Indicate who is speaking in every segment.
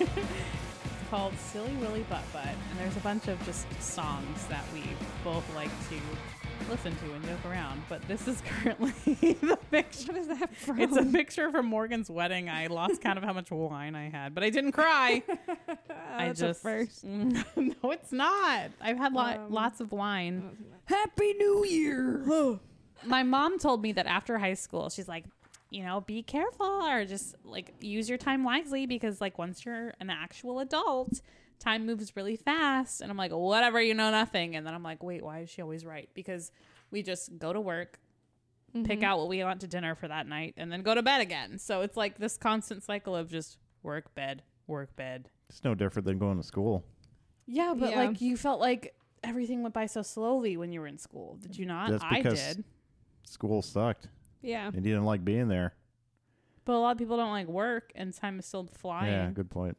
Speaker 1: called Silly Willy Butt Butt, and there's a bunch of just songs that we both like to listen to and joke around. But this is currently the picture.
Speaker 2: What is that from? uh,
Speaker 1: It's a picture from Morgan's wedding. I lost count of how much wine I had, but I didn't cry. I
Speaker 2: That's a
Speaker 1: just
Speaker 2: first.
Speaker 1: no, it's not. I've had lo-
Speaker 2: Um,
Speaker 1: lots of wine.
Speaker 2: Happy New Year.
Speaker 1: my mom told me that after high school, she's like, you know, be careful or just like use your time wisely because like once you're an actual adult, time moves really fast. And I'm like, whatever, you know nothing. And then I'm like, wait, why is she always right? Because we just go to work,
Speaker 2: Mm-hmm.
Speaker 1: pick out what we want to dinner for that night, and then go to bed again. So it's like this constant cycle of just work, bed, work, bed.
Speaker 3: It's no different than going to school.
Speaker 1: Yeah, but
Speaker 2: Yeah.
Speaker 1: like you felt like everything went by so slowly when you were in school. Did you not?
Speaker 3: That's
Speaker 1: I
Speaker 3: because-
Speaker 1: did.
Speaker 3: School sucked,
Speaker 2: yeah.
Speaker 3: and you didn't like being there.
Speaker 1: But a lot of people don't like work, and time is still flying.
Speaker 3: Yeah, good point.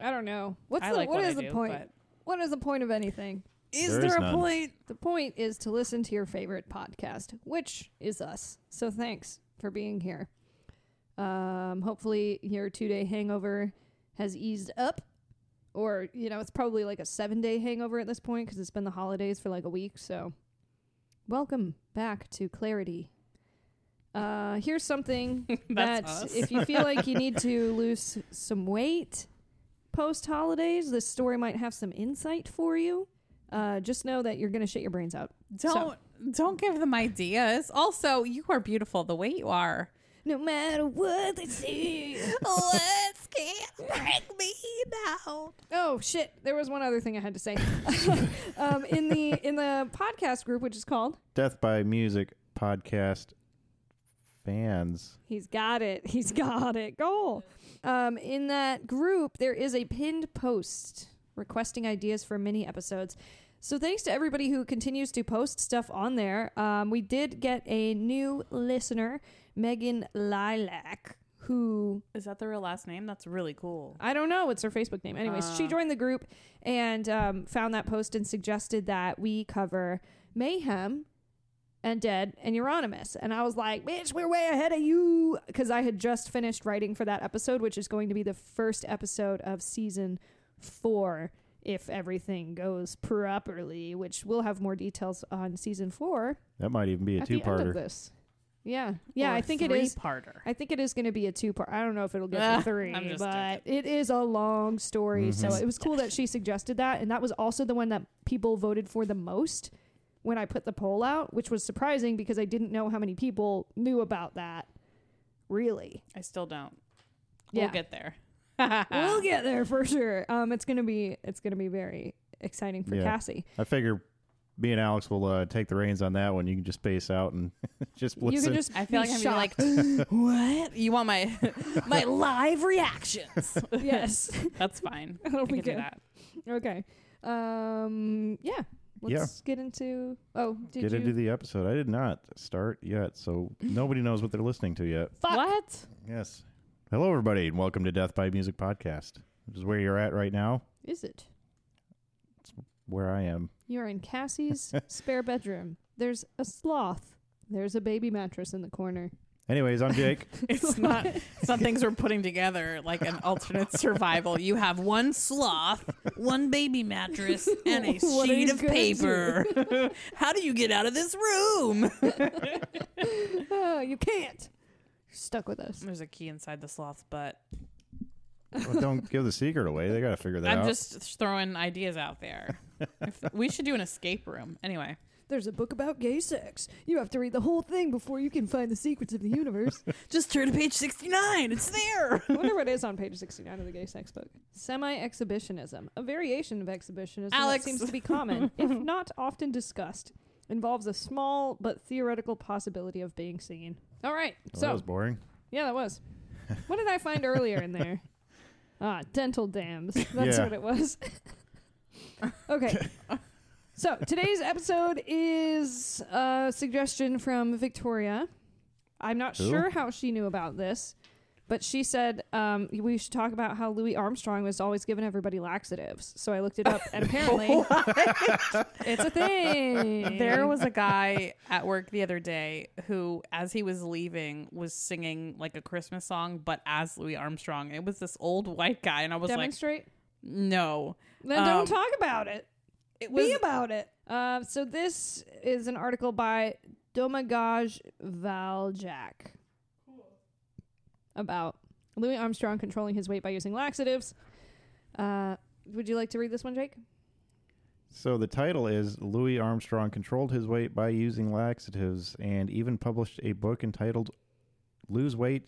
Speaker 2: I don't know. What's
Speaker 1: I
Speaker 2: the,
Speaker 1: like
Speaker 2: what
Speaker 1: what I
Speaker 2: is the
Speaker 1: do,
Speaker 2: point?
Speaker 1: but-
Speaker 2: What is the point of anything?
Speaker 1: Is
Speaker 3: There is none.
Speaker 1: point?
Speaker 2: The point is to listen to your favorite podcast, which is us. So thanks for being here. Um, hopefully, your two day hangover has eased up, or you know, it's probably like a seven day hangover at this point because it's been the holidays for like a week. So, welcome back to Clarity. Uh, here's something that
Speaker 1: That's us.
Speaker 2: if you feel like you need to lose some weight post holidays, this story might have some insight for you. Uh, just know that you're gonna shit your brains out.
Speaker 1: Don't don't give them ideas. Also, you are beautiful the way you are.
Speaker 2: No matter what they say.
Speaker 1: Let's can't break me down.
Speaker 2: oh shit! There was one other thing I had to say. um, in the in the podcast group, which is called
Speaker 3: Death by Music podcast fans.
Speaker 2: He's got it. He's got it. Goal. Um, in that group, there is a pinned post requesting ideas for mini episodes. So thanks to everybody who continues to post stuff on there. Um, we did get a new listener, Megan Lilac, who
Speaker 1: Is that the real last name? That's really cool.
Speaker 2: I don't know. It's her Facebook name. Anyways, she
Speaker 1: Ah.
Speaker 2: joined the group and um, found that post and suggested that we cover Mayhem and Dead and Euronymous. And I was like, bitch, we're way ahead of you. Because I had just finished writing for that episode, which is going to be the first episode of season four if everything goes properly, which we'll have more details on season four
Speaker 3: That might even be a
Speaker 2: at the end of
Speaker 3: two-parter.
Speaker 2: this. Yeah. Yeah, I think it is.
Speaker 1: Parter.
Speaker 2: I think it is going to be a two part. I don't know if it'll get
Speaker 1: Ah,
Speaker 2: to three,
Speaker 1: I'm just
Speaker 2: but it is a long story. So
Speaker 3: Mm-hmm.
Speaker 2: it was cool that she suggested that, and that was also the one that people voted for the most when I put the poll out, which was surprising because I didn't know how many people knew about that. Really,
Speaker 1: I still don't.
Speaker 2: yeah,
Speaker 1: We'll get there.
Speaker 2: We'll get there for sure. Um, it's gonna be it's gonna be very exciting for
Speaker 3: Yeah.
Speaker 2: Cassie.
Speaker 3: I figure me and Alex will uh, take the reins on that one. You can just space out and just listen.
Speaker 2: You can just
Speaker 1: I feel
Speaker 2: be
Speaker 1: like I'm gonna
Speaker 2: shocked.
Speaker 1: be like, what? You want my my live reactions?
Speaker 2: yes.
Speaker 1: That's fine.
Speaker 2: That'll
Speaker 1: I
Speaker 2: be
Speaker 1: can do
Speaker 2: good.
Speaker 1: that.
Speaker 2: Oh okay. Um. Yeah.
Speaker 3: Yeah.
Speaker 2: Let's get into. Oh, did
Speaker 3: Get
Speaker 2: you?
Speaker 3: into the episode. I did not start yet, so nobody knows what they're listening to yet.
Speaker 2: Fuck.
Speaker 1: What?
Speaker 3: Yes. Hello, everybody, and welcome to Death by Music podcast. Which is where you're at right now.
Speaker 2: Is it?
Speaker 3: Where I am.
Speaker 2: You're in Cassie's spare bedroom. There's a sloth. There's a baby mattress in the corner.
Speaker 3: Anyways, I'm Jake.
Speaker 1: It's not, it's not things we're putting together like an alternate survival. You have one sloth, one baby mattress, and a
Speaker 2: What are
Speaker 1: sheet
Speaker 2: you
Speaker 1: of
Speaker 2: gonna
Speaker 1: paper. How do you get out of this room?
Speaker 2: Oh, you can't. You're stuck with us.
Speaker 1: There's a key inside the sloth's butt.
Speaker 3: well, don't give the secret away. They got to figure that
Speaker 1: I'm
Speaker 3: out.
Speaker 1: just throwing ideas out there. If- we should do an escape room. Anyway,
Speaker 2: There's a book about gay sex. You have to read the whole thing before you can find the secrets of the universe.
Speaker 1: just turn to page 69. It's there.
Speaker 2: I wonder what is on page 69 of the gay sex book. Semi exhibitionism, a variation of exhibitionism
Speaker 1: Alex.
Speaker 2: that seems to be common, if not often discussed, involves a small but theoretical possibility of being seen. All right.
Speaker 3: Well,
Speaker 2: so
Speaker 3: that was boring.
Speaker 2: Yeah, that was. What did I find earlier in there? Ah, dental dams. That's
Speaker 3: Yeah.
Speaker 2: what it was. okay. So today's episode is a suggestion from Victoria. I'm not
Speaker 3: Who?
Speaker 2: sure how she knew about this, but she said um, we should talk about how Louis Armstrong was always giving everybody laxatives. So I looked it up, and apparently it's a thing.
Speaker 1: There was a guy at work the other day who, as he was leaving, was singing like a Christmas song, but as Louis Armstrong. It was this old white guy, and I was like,
Speaker 2: demonstrate.
Speaker 1: No.
Speaker 2: Then
Speaker 1: Um,
Speaker 2: don't talk about it.
Speaker 1: It was
Speaker 2: Be about it. Uh, so this is an article by Domagoj Valjak about Louis Armstrong controlling his weight by using laxatives. Uh, would you like to read this one, Jake?
Speaker 3: So the title is Louis Armstrong controlled his weight by using laxatives and even published a book entitled Lose Weight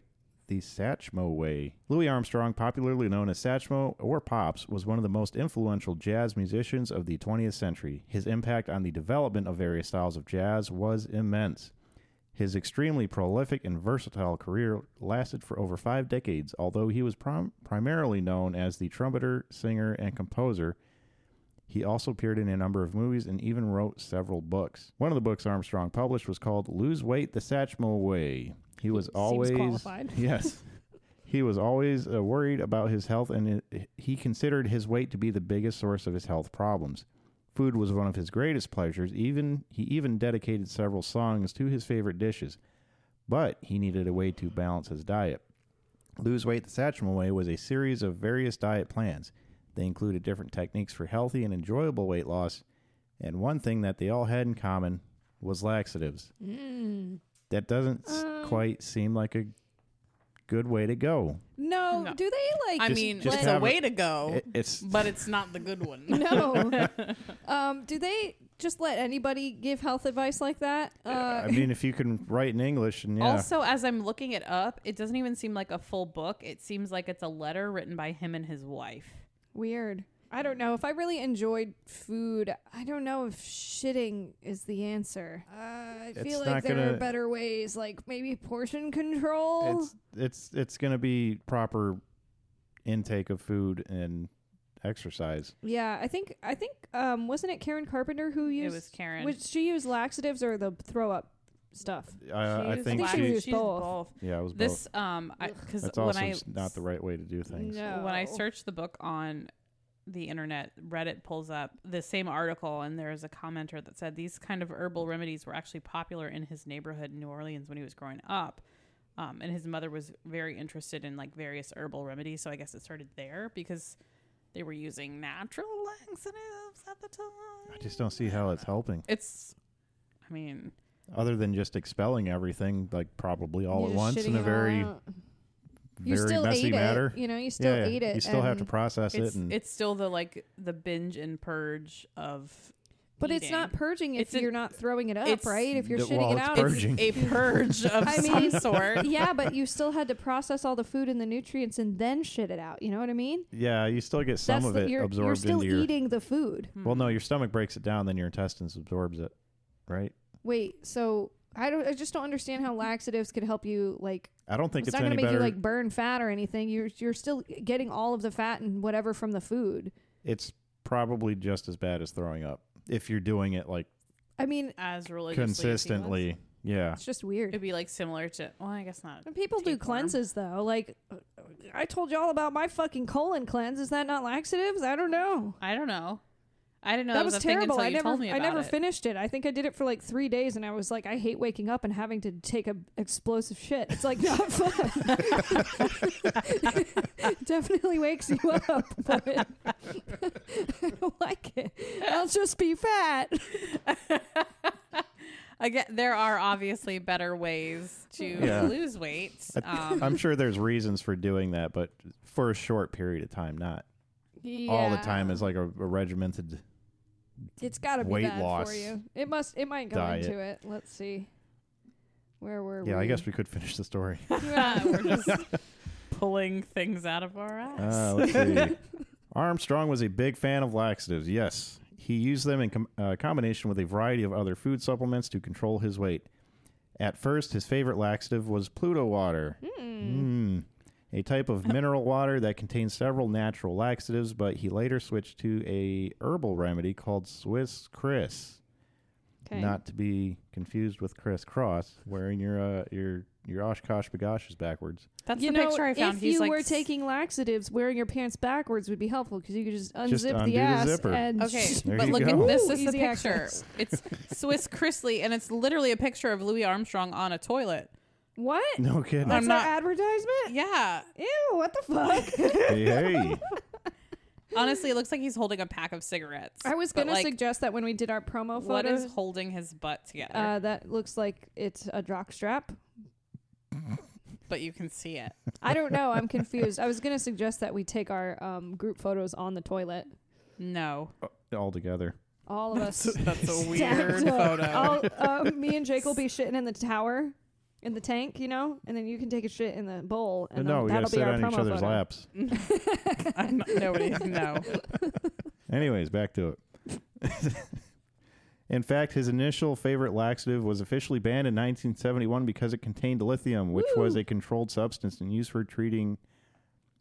Speaker 3: the Satchmo Way. Louis Armstrong, popularly known as Satchmo or Pops, was one of the most influential jazz musicians of the 20th century. His impact on the development of various styles of jazz was immense. His extremely prolific and versatile career lasted for over five decades, although he was prim- primarily known as the trumpeter, singer, and composer. He also appeared in a number of movies and even wrote several books. One of the books Armstrong published was called "Lose Weight the Satchmo Way." He was always
Speaker 2: qualified.
Speaker 3: yes. He was always uh, worried about his health, and it, he considered his weight to be the biggest source of his health problems. Food was one of his greatest pleasures. Even he even dedicated several songs to his favorite dishes, but he needed a way to balance his diet. Lose Weight the Satchmo Way was a series of various diet plans. They included different techniques for healthy and enjoyable weight loss, and one thing that they all had in common was laxatives. That doesn't s- quite seem like a good way to go.
Speaker 2: No.
Speaker 1: No.
Speaker 2: Do they like?
Speaker 1: I
Speaker 3: Just-
Speaker 1: mean,
Speaker 3: just
Speaker 1: it's a
Speaker 3: have
Speaker 1: way
Speaker 3: it-
Speaker 1: to go,
Speaker 3: It- it's
Speaker 1: Oh. but it's not the good one.
Speaker 2: no. um, do they just let anybody give health advice like that? Uh,
Speaker 3: I mean, if you can write in English and yeah,
Speaker 1: Also, as I'm looking it up, it doesn't even seem like a full book. It seems like it's a letter written by him and his wife.
Speaker 2: Weird. I don't know. If I really enjoyed food, I don't know if shitting is the answer. Uh, I feel
Speaker 3: It's
Speaker 2: like
Speaker 3: not
Speaker 2: there are
Speaker 3: gonna-
Speaker 2: better ways, like maybe portion control.
Speaker 3: it's it's it's going to be proper intake of food and exercise.
Speaker 2: yeah, I think I think um wasn't it Karen Carpenter who used
Speaker 1: it was Karen.
Speaker 2: Would she use laxatives or the throw up stuff?
Speaker 3: Uh, I, I
Speaker 1: She's
Speaker 3: think
Speaker 2: I
Speaker 1: black.
Speaker 2: she
Speaker 3: she,
Speaker 2: was-
Speaker 1: She's
Speaker 2: both.
Speaker 3: yeah, it was both.
Speaker 1: This um, because
Speaker 3: That's
Speaker 1: when
Speaker 3: also
Speaker 1: I
Speaker 3: s- not the right way to do things.
Speaker 2: No.
Speaker 1: when I searched the book on the internet, Reddit pulls up the same article, and there is a commenter that said these kind of herbal remedies were actually popular in his neighborhood in New Orleans when he was growing up. Um, and his mother was very interested in like various herbal remedies, so I guess it started there because they were using natural laxatives at the time.
Speaker 3: I just don't see how it's helping,
Speaker 1: It's, I mean,
Speaker 3: other than just expelling everything like probably
Speaker 2: You're
Speaker 3: all at
Speaker 2: just
Speaker 3: once in
Speaker 2: shitting
Speaker 3: a
Speaker 2: it all
Speaker 3: very
Speaker 2: out. you
Speaker 3: very
Speaker 2: still
Speaker 3: messy
Speaker 2: ate
Speaker 3: matter.
Speaker 2: It, you know, you still
Speaker 3: yeah, yeah.
Speaker 2: ate it.
Speaker 3: You still have to
Speaker 2: and-
Speaker 3: process
Speaker 1: it's
Speaker 3: it, and
Speaker 1: it's still the like the binge and purge of,
Speaker 2: but it's
Speaker 1: eating.
Speaker 2: not purging if
Speaker 1: It's an-
Speaker 2: you're not throwing it up,
Speaker 1: it's-
Speaker 2: right? If you're
Speaker 3: D-
Speaker 2: shitting
Speaker 3: well,
Speaker 2: it
Speaker 3: it's
Speaker 2: out,
Speaker 3: purging.
Speaker 2: it's
Speaker 1: a purge of
Speaker 2: I
Speaker 1: some
Speaker 2: mean-
Speaker 1: sort.
Speaker 2: yeah, but you still had to process all the food and the nutrients and then shit it out. You know what I mean?
Speaker 3: yeah, you still get some
Speaker 2: That's
Speaker 3: of
Speaker 2: the,
Speaker 3: it
Speaker 2: you're,
Speaker 3: absorbed
Speaker 2: you're still
Speaker 3: into your.
Speaker 2: eating the food.
Speaker 3: Well, no, your stomach breaks it down, then your intestines absorbs it, right?
Speaker 2: Wait, so I don't. I just don't understand how laxatives could help you. Like,
Speaker 3: I don't think
Speaker 2: it's
Speaker 3: it's,
Speaker 2: not going to
Speaker 3: any
Speaker 2: make
Speaker 3: better.
Speaker 2: you like burn fat or anything. You're you're still getting all of the fat and whatever from the food.
Speaker 3: it's probably just as bad as throwing up if you're doing it like
Speaker 2: I mean,
Speaker 1: as religiously as he was.
Speaker 3: consistently. Yeah.
Speaker 2: it's just weird.
Speaker 1: It'd be like similar to. Well, I guess not.
Speaker 2: And people do
Speaker 1: tapeworm.
Speaker 2: cleanses though. Like, I told you all about my fucking colon cleanse. Is that not laxatives? I don't know.
Speaker 1: I don't know. I didn't know
Speaker 2: that was
Speaker 1: a thing
Speaker 2: terrible.
Speaker 1: until
Speaker 2: I
Speaker 1: you
Speaker 2: never,
Speaker 1: told me
Speaker 2: I
Speaker 1: about
Speaker 2: never
Speaker 1: it.
Speaker 2: finished it. I think I did it for like three days, and I was like, I hate waking up and having to take a explosive shit. It's like not fun. Definitely wakes you up. But I don't like it. I'll just be fat.
Speaker 1: Again, there are obviously better ways to
Speaker 3: Yeah.
Speaker 1: lose weight. Um,
Speaker 3: I'm sure there's reasons for doing that, but for a short period of time, not all the time is like a, a regimented.
Speaker 2: It's got to be
Speaker 3: weight
Speaker 2: bad
Speaker 3: loss
Speaker 2: for you. It must. It might go
Speaker 3: diet.
Speaker 2: into it. Let's see. Where were we?
Speaker 3: Yeah, I guess we could finish the story.
Speaker 1: we're just pulling things out of our ass.
Speaker 3: Uh, let's see. Armstrong was a big fan of laxatives. Yes, he used them in com- uh, combination with a variety of other food supplements to control his weight. At first, his favorite laxative was Pluto water,
Speaker 2: Hmm.
Speaker 3: mm. a type of mineral water that contains several natural laxatives. But he later switched to a herbal remedy called Swiss Chris,
Speaker 2: Okay.
Speaker 3: not to be confused with Chris Cross, wearing your uh, your your Oshkosh bagoshes backwards.
Speaker 1: That's
Speaker 2: you
Speaker 1: the
Speaker 2: know,
Speaker 1: picture I found.
Speaker 2: if
Speaker 1: He's
Speaker 2: you
Speaker 1: like
Speaker 2: were
Speaker 1: s-
Speaker 2: taking laxatives, wearing your pants backwards would be helpful because you could just unzip
Speaker 3: undo
Speaker 2: the
Speaker 3: the
Speaker 2: ass
Speaker 3: zipper.
Speaker 2: and
Speaker 1: Okay,
Speaker 3: There
Speaker 1: but
Speaker 3: you
Speaker 1: look
Speaker 3: go.
Speaker 1: at this is
Speaker 2: Ooh,
Speaker 1: the
Speaker 2: easy
Speaker 1: picture.
Speaker 2: access.
Speaker 1: It's Swiss Chrisley, and it's literally a picture of Louis Armstrong on a toilet.
Speaker 2: What?
Speaker 3: No kidding.
Speaker 2: That's
Speaker 1: I'm not-
Speaker 2: our advertisement.
Speaker 1: Yeah,
Speaker 2: Ew! What the fuck?
Speaker 3: hey, hey.
Speaker 1: Honestly, it looks like he's holding a pack of cigarettes.
Speaker 2: I was
Speaker 1: But,
Speaker 2: gonna
Speaker 1: like,
Speaker 2: suggest that when we did our promo photos,
Speaker 1: what is holding his butt together,
Speaker 2: uh, that looks like it's a jock strap.
Speaker 1: but you can see it.
Speaker 2: I don't know. I'm confused. I was gonna suggest that we take our um, group photos on the toilet,
Speaker 1: No,
Speaker 3: all together.
Speaker 2: all of us.
Speaker 1: that's a
Speaker 2: stacked
Speaker 1: weird
Speaker 2: up.
Speaker 1: photo.
Speaker 2: I'll, uh, me and Jake will be shitting in the tower, in the tank, you know, and then you can take a shit in the bowl, and then
Speaker 3: no, we
Speaker 2: that'll
Speaker 3: gotta
Speaker 2: be
Speaker 3: sit
Speaker 2: our
Speaker 3: on
Speaker 2: promo
Speaker 3: each other's
Speaker 2: photo.
Speaker 3: laps.
Speaker 1: I'm not, nobody, no.
Speaker 3: Anyways, back to it. in fact, his initial favorite laxative was officially banned in 1971 because it contained lithium, which was
Speaker 2: Woo!
Speaker 3: a controlled substance and used for treating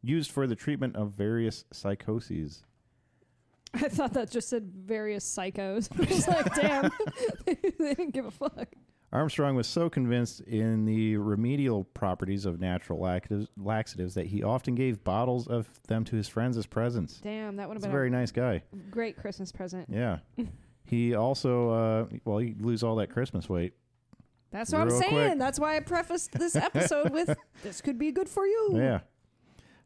Speaker 3: used for the treatment of various psychoses.
Speaker 2: I thought that just said various psychos. I was like, damn, they didn't give a fuck.
Speaker 3: Armstrong was so convinced in the remedial properties of natural laxatives, laxatives that he often gave bottles of them to his friends as presents.
Speaker 2: Damn, that would have
Speaker 3: He's a
Speaker 2: been
Speaker 3: very nice guy.
Speaker 2: a great Christmas present.
Speaker 3: Yeah. he also, uh, well, he'd lose all that Christmas weight.
Speaker 2: That's what I'm
Speaker 3: Real
Speaker 2: saying.
Speaker 3: quick.
Speaker 2: That's why I prefaced this episode with this could be good for you.
Speaker 3: Yeah.